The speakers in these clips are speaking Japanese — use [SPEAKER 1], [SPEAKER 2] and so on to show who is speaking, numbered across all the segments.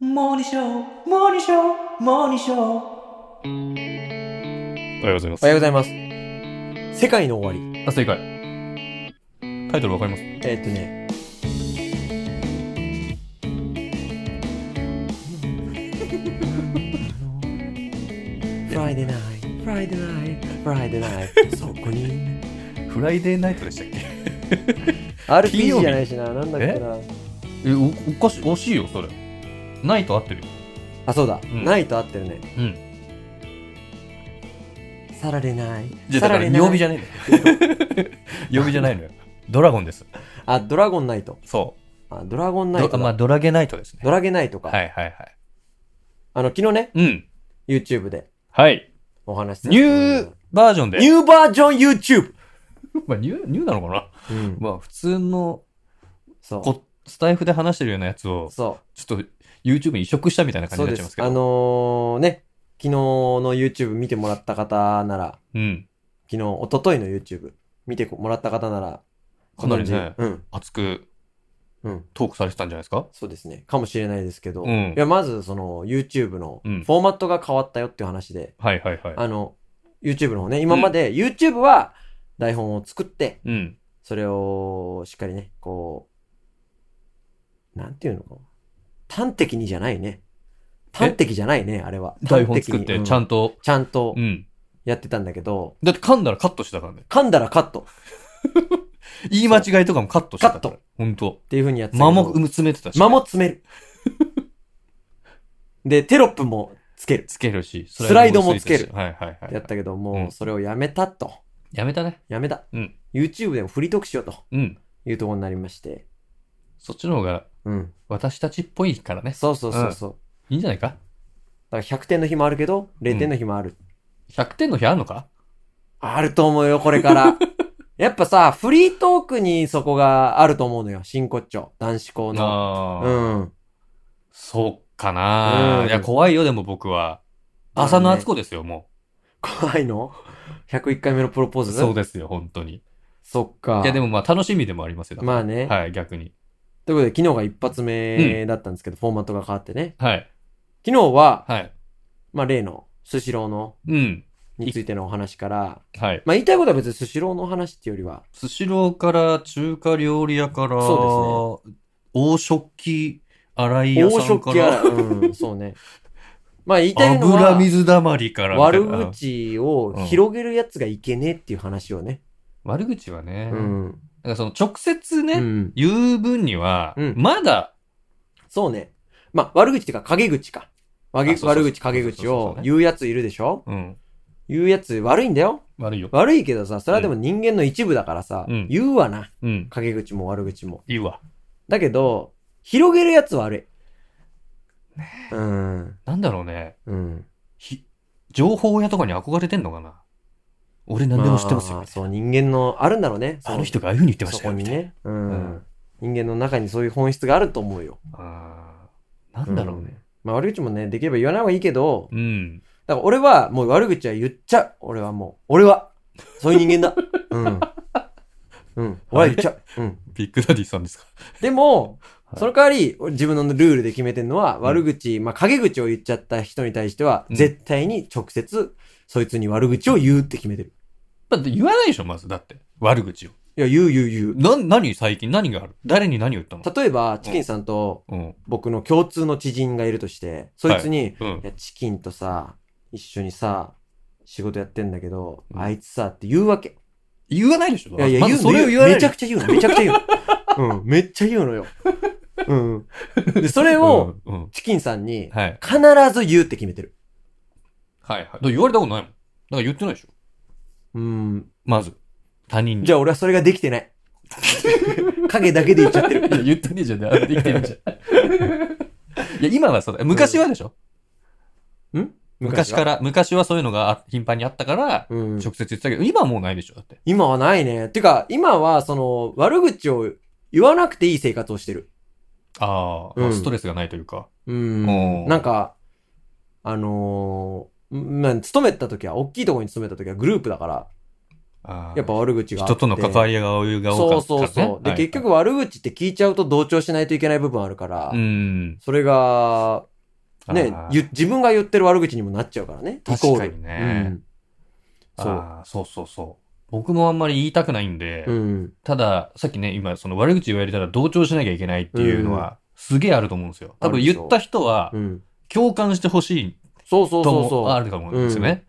[SPEAKER 1] モーニショー、モーニショー、モーニショー。
[SPEAKER 2] おはようございま
[SPEAKER 3] お
[SPEAKER 2] す。
[SPEAKER 3] はようございます。世界の終わり。
[SPEAKER 2] あ、正解。タイトルわかります
[SPEAKER 3] えーっとね。フライデーナイト、フライデーナイト、フライデーナイト、そこに。
[SPEAKER 2] フライデーナイトでしたっけ金曜
[SPEAKER 3] RPG
[SPEAKER 2] 日
[SPEAKER 3] じゃないしな、なんだっけな。
[SPEAKER 2] え、お、おかし、惜しいよ、それ。ナイト合ってるよ。
[SPEAKER 3] あ、そうだ、
[SPEAKER 2] ん
[SPEAKER 3] ナイト合ってるね。
[SPEAKER 2] うん。
[SPEAKER 3] サラレナイ
[SPEAKER 2] じゃ
[SPEAKER 3] ト、
[SPEAKER 2] あ、だか
[SPEAKER 3] サラ
[SPEAKER 2] ら、
[SPEAKER 3] レナイ
[SPEAKER 2] 曜日じ
[SPEAKER 3] ト。
[SPEAKER 2] ゃねえ のよ。曜日じゃないのよ。ドラゴンです。
[SPEAKER 3] あ、ドラゴンナイト。
[SPEAKER 2] そ
[SPEAKER 3] あ、ドラゴン
[SPEAKER 2] う。
[SPEAKER 3] ナイト
[SPEAKER 2] どまあ、
[SPEAKER 3] だ。
[SPEAKER 2] ドラゲナイトですね。
[SPEAKER 3] ドラゲナイト
[SPEAKER 2] は
[SPEAKER 3] か。
[SPEAKER 2] いはいはい。
[SPEAKER 3] あの、昨日ね、
[SPEAKER 2] うん。
[SPEAKER 3] YouTube で
[SPEAKER 2] はい。
[SPEAKER 3] お話しさせ
[SPEAKER 2] ニ
[SPEAKER 3] ても
[SPEAKER 2] ュ
[SPEAKER 3] らっ
[SPEAKER 2] ーバージョンで。
[SPEAKER 3] たニューバージョン YouTube!
[SPEAKER 2] まあ、ニュー、ニューなのかな
[SPEAKER 3] うん。
[SPEAKER 2] まあ、普通の
[SPEAKER 3] そう。
[SPEAKER 2] こ、スタイフで話してるようなやつを、
[SPEAKER 3] そう。
[SPEAKER 2] ちょっと YouTube に移植したみたいな感じに
[SPEAKER 3] そう
[SPEAKER 2] なっ
[SPEAKER 3] で
[SPEAKER 2] ちゃいます
[SPEAKER 3] す。
[SPEAKER 2] け
[SPEAKER 3] あ
[SPEAKER 2] ど。
[SPEAKER 3] のーね、昨日の YouTube 見てもらった方なら、
[SPEAKER 2] うん。
[SPEAKER 3] 昨日、一昨日の YouTube 見てもらった方なら、
[SPEAKER 2] かなりね
[SPEAKER 3] ご存知うん。
[SPEAKER 2] 熱く
[SPEAKER 3] うん。
[SPEAKER 2] トークされてたんじゃないですか
[SPEAKER 3] そうですね。かもしれないですけど、
[SPEAKER 2] うん
[SPEAKER 3] いや、まずその YouTube のフ
[SPEAKER 2] うん
[SPEAKER 3] ォーマットが変わったよっていう話で、
[SPEAKER 2] はいはいは
[SPEAKER 3] あの、YouTube の方ね、今まで YouTube は台本を作って、
[SPEAKER 2] い。うん。
[SPEAKER 3] それをしっかりね、こう、なんていうのかな。端的にじゃないね。端的じゃないね、あれは。
[SPEAKER 2] 台本作っ
[SPEAKER 3] 端的
[SPEAKER 2] て、
[SPEAKER 3] に
[SPEAKER 2] ちゃ
[SPEAKER 3] うん
[SPEAKER 2] んと。
[SPEAKER 3] ちゃんと
[SPEAKER 2] うん。
[SPEAKER 3] やってたんだけど、
[SPEAKER 2] だって噛んだらカットしてたからね。
[SPEAKER 3] 噛んだらカットっ
[SPEAKER 2] 言い間違いとかもカットしてたから。
[SPEAKER 3] カット。
[SPEAKER 2] ほんと。
[SPEAKER 3] ていう風にやってたけど
[SPEAKER 2] 間も詰めてたし。
[SPEAKER 3] 間も詰める。 で、テロップもつける。
[SPEAKER 2] つけるし、
[SPEAKER 3] スライドもつける
[SPEAKER 2] スライドもついてたしはいはいはい。
[SPEAKER 3] やったけど、
[SPEAKER 2] う
[SPEAKER 3] も
[SPEAKER 2] ん
[SPEAKER 3] うそれをやめたと。
[SPEAKER 2] やめたね。
[SPEAKER 3] やめた。
[SPEAKER 2] うん。
[SPEAKER 3] YouTube でもフリートークしようと
[SPEAKER 2] うん。
[SPEAKER 3] いうところになりまして。
[SPEAKER 2] そっちの方が
[SPEAKER 3] うん。
[SPEAKER 2] 私たちっぽいからね。
[SPEAKER 3] そうそうそうそう。
[SPEAKER 2] いいんじゃないか
[SPEAKER 3] だから100点の日もあるけど、0点の日もある。
[SPEAKER 2] ?100 点の日あるのか
[SPEAKER 3] あると思うよ、こ れから。やっぱさ、フリートークにそこがあると思うのよ。真骨頂。男子校の。
[SPEAKER 2] あ
[SPEAKER 3] う
[SPEAKER 2] ー
[SPEAKER 3] ん。
[SPEAKER 2] そうかな
[SPEAKER 3] う
[SPEAKER 2] ー。
[SPEAKER 3] ん
[SPEAKER 2] いや、怖いよ、でも僕は。
[SPEAKER 3] まあね
[SPEAKER 2] 浅野敦子ですよ、も
[SPEAKER 3] 怖いの ?101 回目のプロポー
[SPEAKER 2] う。
[SPEAKER 3] ズ
[SPEAKER 2] そうですよ、本当に。
[SPEAKER 3] そっか。
[SPEAKER 2] いや、でもまあ楽しみでもありますよ。だから
[SPEAKER 3] まあね
[SPEAKER 2] はい、逆に。
[SPEAKER 3] ということで、昨日が一発目だったんですけど、フォーマットが変わってね。
[SPEAKER 2] はい。
[SPEAKER 3] 昨日は、
[SPEAKER 2] はい。
[SPEAKER 3] まあ、例の、スシローの、
[SPEAKER 2] うん。
[SPEAKER 3] についてのお話から、
[SPEAKER 2] はい。
[SPEAKER 3] まあ、言いたいことは別にスシローのお話っていうよりは、
[SPEAKER 2] スシローから中華料理屋から、
[SPEAKER 3] そ
[SPEAKER 2] 王食器洗い
[SPEAKER 3] 大
[SPEAKER 2] 屋さん
[SPEAKER 3] 食
[SPEAKER 2] か
[SPEAKER 3] 器洗
[SPEAKER 2] ら、
[SPEAKER 3] い。うん、そうね。まあ、言いたいの
[SPEAKER 2] 油
[SPEAKER 3] は、
[SPEAKER 2] 水だまりからみたい
[SPEAKER 3] 悪
[SPEAKER 2] な。
[SPEAKER 3] 口を広げるやつがいけねえっていう話をね。
[SPEAKER 2] 悪口はね、
[SPEAKER 3] う
[SPEAKER 2] なん
[SPEAKER 3] ん。
[SPEAKER 2] かその直接ね、
[SPEAKER 3] うん。
[SPEAKER 2] 言う分には、
[SPEAKER 3] うん
[SPEAKER 2] まだ、
[SPEAKER 3] そうね。まあ、悪口っていうか、陰口か。わ
[SPEAKER 2] あ
[SPEAKER 3] げ
[SPEAKER 2] そうそうそう
[SPEAKER 3] 悪口、陰口
[SPEAKER 2] そうそう
[SPEAKER 3] を
[SPEAKER 2] そうね
[SPEAKER 3] 言うやついるでしょ
[SPEAKER 2] うん、
[SPEAKER 3] 言うやつ悪いんだよ。
[SPEAKER 2] 悪いよ。
[SPEAKER 3] 悪いけどさ、それはでも人間の一部だからさ、
[SPEAKER 2] うん
[SPEAKER 3] 言うわな。
[SPEAKER 2] うん、
[SPEAKER 3] 陰口も悪口も。
[SPEAKER 2] いいわ。
[SPEAKER 3] だけど、広げるやつは悪い。うん。
[SPEAKER 2] なんだろうね、
[SPEAKER 3] うん。
[SPEAKER 2] ひ情報屋とかに憧れてんのかな俺何でも知ってますよ。
[SPEAKER 3] あそう、人間の、あるんだろうね。
[SPEAKER 2] あの人がああいう風に言ってまし
[SPEAKER 3] そ
[SPEAKER 2] た
[SPEAKER 3] こ
[SPEAKER 2] よ。み
[SPEAKER 3] に
[SPEAKER 2] たいな
[SPEAKER 3] ね。うん。
[SPEAKER 2] うん
[SPEAKER 3] 人間の中にそういう本質があると思うよ。
[SPEAKER 2] あーなんだろうね。
[SPEAKER 3] まあ悪口もね、できれば言わない方がいいけど、
[SPEAKER 2] うん。
[SPEAKER 3] だから俺はもう悪口は言っちゃう。俺はもう。俺は。そういう人間だ。うん。うん。俺は言っちゃう。うん。
[SPEAKER 2] ビッグダディさんですか。
[SPEAKER 3] でも、
[SPEAKER 2] はい
[SPEAKER 3] その代わり、俺自分のルールで決めてるのは、悪口、まあ、陰口を言っちゃった人に対しては、
[SPEAKER 2] うん
[SPEAKER 3] 絶対に直接、そいつに悪口を言うって決めてる。
[SPEAKER 2] だって言わないでしょ、まず。だって。悪口を。
[SPEAKER 3] いや、言う言う言う。
[SPEAKER 2] な、何最近何がある誰に何を言ったの
[SPEAKER 3] 例えば、チキンさんと
[SPEAKER 2] うん。
[SPEAKER 3] 僕の共通の知人がいるとして、そいつに、い、
[SPEAKER 2] うん。
[SPEAKER 3] や、チキンとさ、一緒にさ、仕事やってんだけど、
[SPEAKER 2] うん
[SPEAKER 3] あいつさ、って言うわけ。
[SPEAKER 2] 言わないでしょ
[SPEAKER 3] いやいや、
[SPEAKER 2] ま
[SPEAKER 3] 言
[SPEAKER 2] ず
[SPEAKER 3] う
[SPEAKER 2] そ
[SPEAKER 3] の
[SPEAKER 2] れを
[SPEAKER 3] よ
[SPEAKER 2] 言わない
[SPEAKER 3] めちゃくちゃ言うの、めちゃくちゃ言う の。うん、めっちゃ言うのよ。うん。で、それを、
[SPEAKER 2] うん、うん。
[SPEAKER 3] チキンさんに、
[SPEAKER 2] はい。
[SPEAKER 3] 必ず言うって決めてる。
[SPEAKER 2] はいはい。だから言われたことないもん。だから言ってないでしょ。
[SPEAKER 3] うん。
[SPEAKER 2] まず。他人に。
[SPEAKER 3] じゃあ俺はそれができ てない。影だけで言っちゃってる。。
[SPEAKER 2] いや言ってねえじゃん。あできてね えじゃん。いや、今はそうだ。昔はでしょ、 昔からら、昔はそういうのがあ頻繁にあったから、
[SPEAKER 3] うん。
[SPEAKER 2] 直接言ってたけど、今はもうないでしょだって。
[SPEAKER 3] 今はないね。てか、今は、その、悪口を言わなくていい生活をしてる。
[SPEAKER 2] ああ、まあ
[SPEAKER 3] うん
[SPEAKER 2] ストレスがないというか。
[SPEAKER 3] うん。
[SPEAKER 2] おー
[SPEAKER 3] なんか、あのー、んまあ、勤めた時は、大きいところに勤めた時はグループだから、
[SPEAKER 2] ああ
[SPEAKER 3] やっぱ悪口があって。
[SPEAKER 2] 人との関わりが多いが多か
[SPEAKER 3] そう
[SPEAKER 2] ったか
[SPEAKER 3] そ
[SPEAKER 2] ら、ね。
[SPEAKER 3] うそう。で、
[SPEAKER 2] はい
[SPEAKER 3] 結、局悪口って聞いちゃうと同調しないといけない部分あるから
[SPEAKER 2] う、ん。
[SPEAKER 3] それが、ね
[SPEAKER 2] あー、
[SPEAKER 3] ゆ自分が言ってる悪口にもなっちゃうからね。イコ
[SPEAKER 2] 確
[SPEAKER 3] ー
[SPEAKER 2] か
[SPEAKER 3] ル
[SPEAKER 2] にね。
[SPEAKER 3] うんそう
[SPEAKER 2] あーそうそうそう。僕もあんまり言いたくないんで、
[SPEAKER 3] うん。うん。
[SPEAKER 2] ただ、さっきね、今、その悪口言われたら同調しなきゃいけないっていうのは、すげえあると思うんですよ。多
[SPEAKER 3] あ
[SPEAKER 2] 分
[SPEAKER 3] るでしょ
[SPEAKER 2] 言った人は
[SPEAKER 3] う、ん。
[SPEAKER 2] 共感してほしい
[SPEAKER 3] そうそう
[SPEAKER 2] と
[SPEAKER 3] そう
[SPEAKER 2] もあ
[SPEAKER 3] そ
[SPEAKER 2] るかもですよね。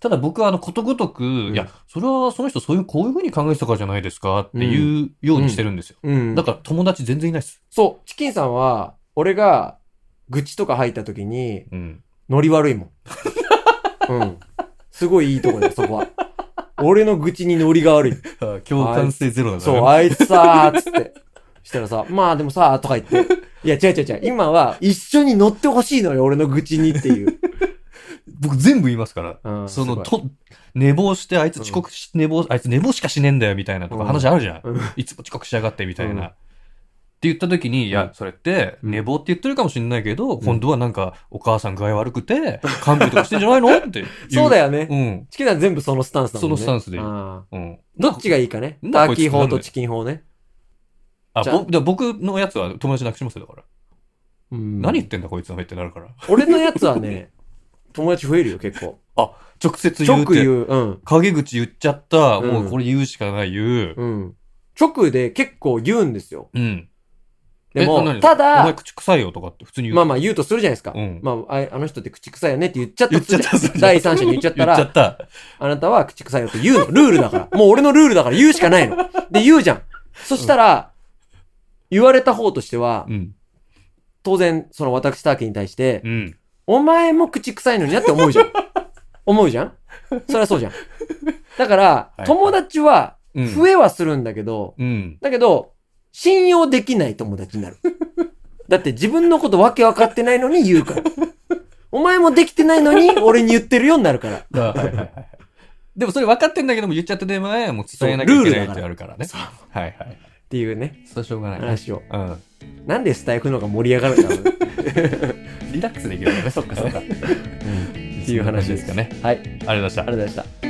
[SPEAKER 2] ただ僕はあのことごとく、
[SPEAKER 3] ん
[SPEAKER 2] いや、それはその人そういう、こういうふうに考えてたからじゃないですかっていうようにしてるんですよ。
[SPEAKER 3] う。うん。
[SPEAKER 2] だから友達全然いないです。
[SPEAKER 3] そう、チキンさんは、俺が愚痴とか吐いた時に、
[SPEAKER 2] うん。
[SPEAKER 3] ノリ悪い もん。うん。すごいいいとこだよ、そこは。俺の愚痴にノリが 悪い。
[SPEAKER 2] 共感性ゼロだから
[SPEAKER 3] そう、あいつさー、つって。したらさ、まあでもさー、とか言って。いや、違う違 う違う。今は、一緒に乗ってほしいのよ、俺の愚痴にっ ていう。
[SPEAKER 2] 僕全部言いますから。
[SPEAKER 3] うん
[SPEAKER 2] その、
[SPEAKER 3] すごい
[SPEAKER 2] と、寝坊して、あいつ遅刻し、寝坊、あいつ寝坊しかしねえんだよ、みたいなとか
[SPEAKER 3] うん
[SPEAKER 2] 話あるじゃん。
[SPEAKER 3] うん
[SPEAKER 2] いつも遅刻しやがって、みたいな。
[SPEAKER 3] うん
[SPEAKER 2] って言った時に、いや
[SPEAKER 3] う、ん
[SPEAKER 2] それって、
[SPEAKER 3] うん
[SPEAKER 2] 寝坊って言ってるかもしんないけど、今度はなんか、お母さん具合悪くて、看病とかしてんじゃない のっていう。
[SPEAKER 3] そうだ
[SPEAKER 2] よ。
[SPEAKER 3] よね。
[SPEAKER 2] うん。
[SPEAKER 3] チキンさん全部そのスタンスだもんね。
[SPEAKER 2] そのスタンスでいい
[SPEAKER 3] あ
[SPEAKER 2] うん。
[SPEAKER 3] ーどっちがいいかね。
[SPEAKER 2] なん
[SPEAKER 3] タ
[SPEAKER 2] だ
[SPEAKER 3] ー
[SPEAKER 2] こいつ
[SPEAKER 3] キー法とチキン法ね。
[SPEAKER 2] あ、
[SPEAKER 3] じゃあ
[SPEAKER 2] ぼで僕のやつは友達なくしますよ、だから。
[SPEAKER 3] うん
[SPEAKER 2] 何言ってんだ、こいつの目ってなるから。
[SPEAKER 3] 俺のやつはね、 友達増えるよ、結構。
[SPEAKER 2] 直接言う
[SPEAKER 3] 直
[SPEAKER 2] って。
[SPEAKER 3] 言う。うん。
[SPEAKER 2] 陰口言っちゃった、
[SPEAKER 3] うん
[SPEAKER 2] もうこれ言うしかない、言う。
[SPEAKER 3] うん。直で結構言うんですよ。
[SPEAKER 2] うん。
[SPEAKER 3] で
[SPEAKER 2] え
[SPEAKER 3] も、
[SPEAKER 2] 何
[SPEAKER 3] た
[SPEAKER 2] お前
[SPEAKER 3] だ、
[SPEAKER 2] 口臭いよとかって普通に言う。
[SPEAKER 3] まあまあ言うとするじゃないですか。
[SPEAKER 2] うん
[SPEAKER 3] まあ、ああの人って口臭いよねって言っちゃった
[SPEAKER 2] 言っ
[SPEAKER 3] と
[SPEAKER 2] ち
[SPEAKER 3] す
[SPEAKER 2] ゃ
[SPEAKER 3] る
[SPEAKER 2] っ
[SPEAKER 3] じゃん。
[SPEAKER 2] た。
[SPEAKER 3] 第三者に言っちゃったら
[SPEAKER 2] 言っちゃった。
[SPEAKER 3] あなたは口臭いよって言うの。ルールだから。もう俺のルールだから言うしかないの。で、言うじゃん。そしたら、言われた方としては
[SPEAKER 2] う、ん。
[SPEAKER 3] 当然、その私ターキーに対して、
[SPEAKER 2] うん。
[SPEAKER 3] お前も口臭いのになって思 うじゃん。思うじゃんそれはそうじゃん。だから
[SPEAKER 2] は、い
[SPEAKER 3] 友達は、
[SPEAKER 2] うん
[SPEAKER 3] 増えはするんだけど、
[SPEAKER 2] うん。
[SPEAKER 3] だけど、信用できない友達になる。だって自分のことわけ分かってないのに言うから。お前もできてないのに俺に言ってるようになるから。
[SPEAKER 2] あはいはいはいでもそれ分かってんだけども言っちゃった手前はもう伝えなきゃいけないってあるからね。
[SPEAKER 3] そ
[SPEAKER 2] はいはい。
[SPEAKER 3] っていうね、
[SPEAKER 2] それはしょうがない。
[SPEAKER 3] 話を。
[SPEAKER 2] うん。
[SPEAKER 3] なんでスタイフの方が盛り上がるんだろうね。
[SPEAKER 2] リラックスできるからね。そっかそっか。っ
[SPEAKER 3] っていう話です
[SPEAKER 2] かね。
[SPEAKER 3] はい、ありがとう
[SPEAKER 2] ありがとうございました
[SPEAKER 3] ご。ざいました。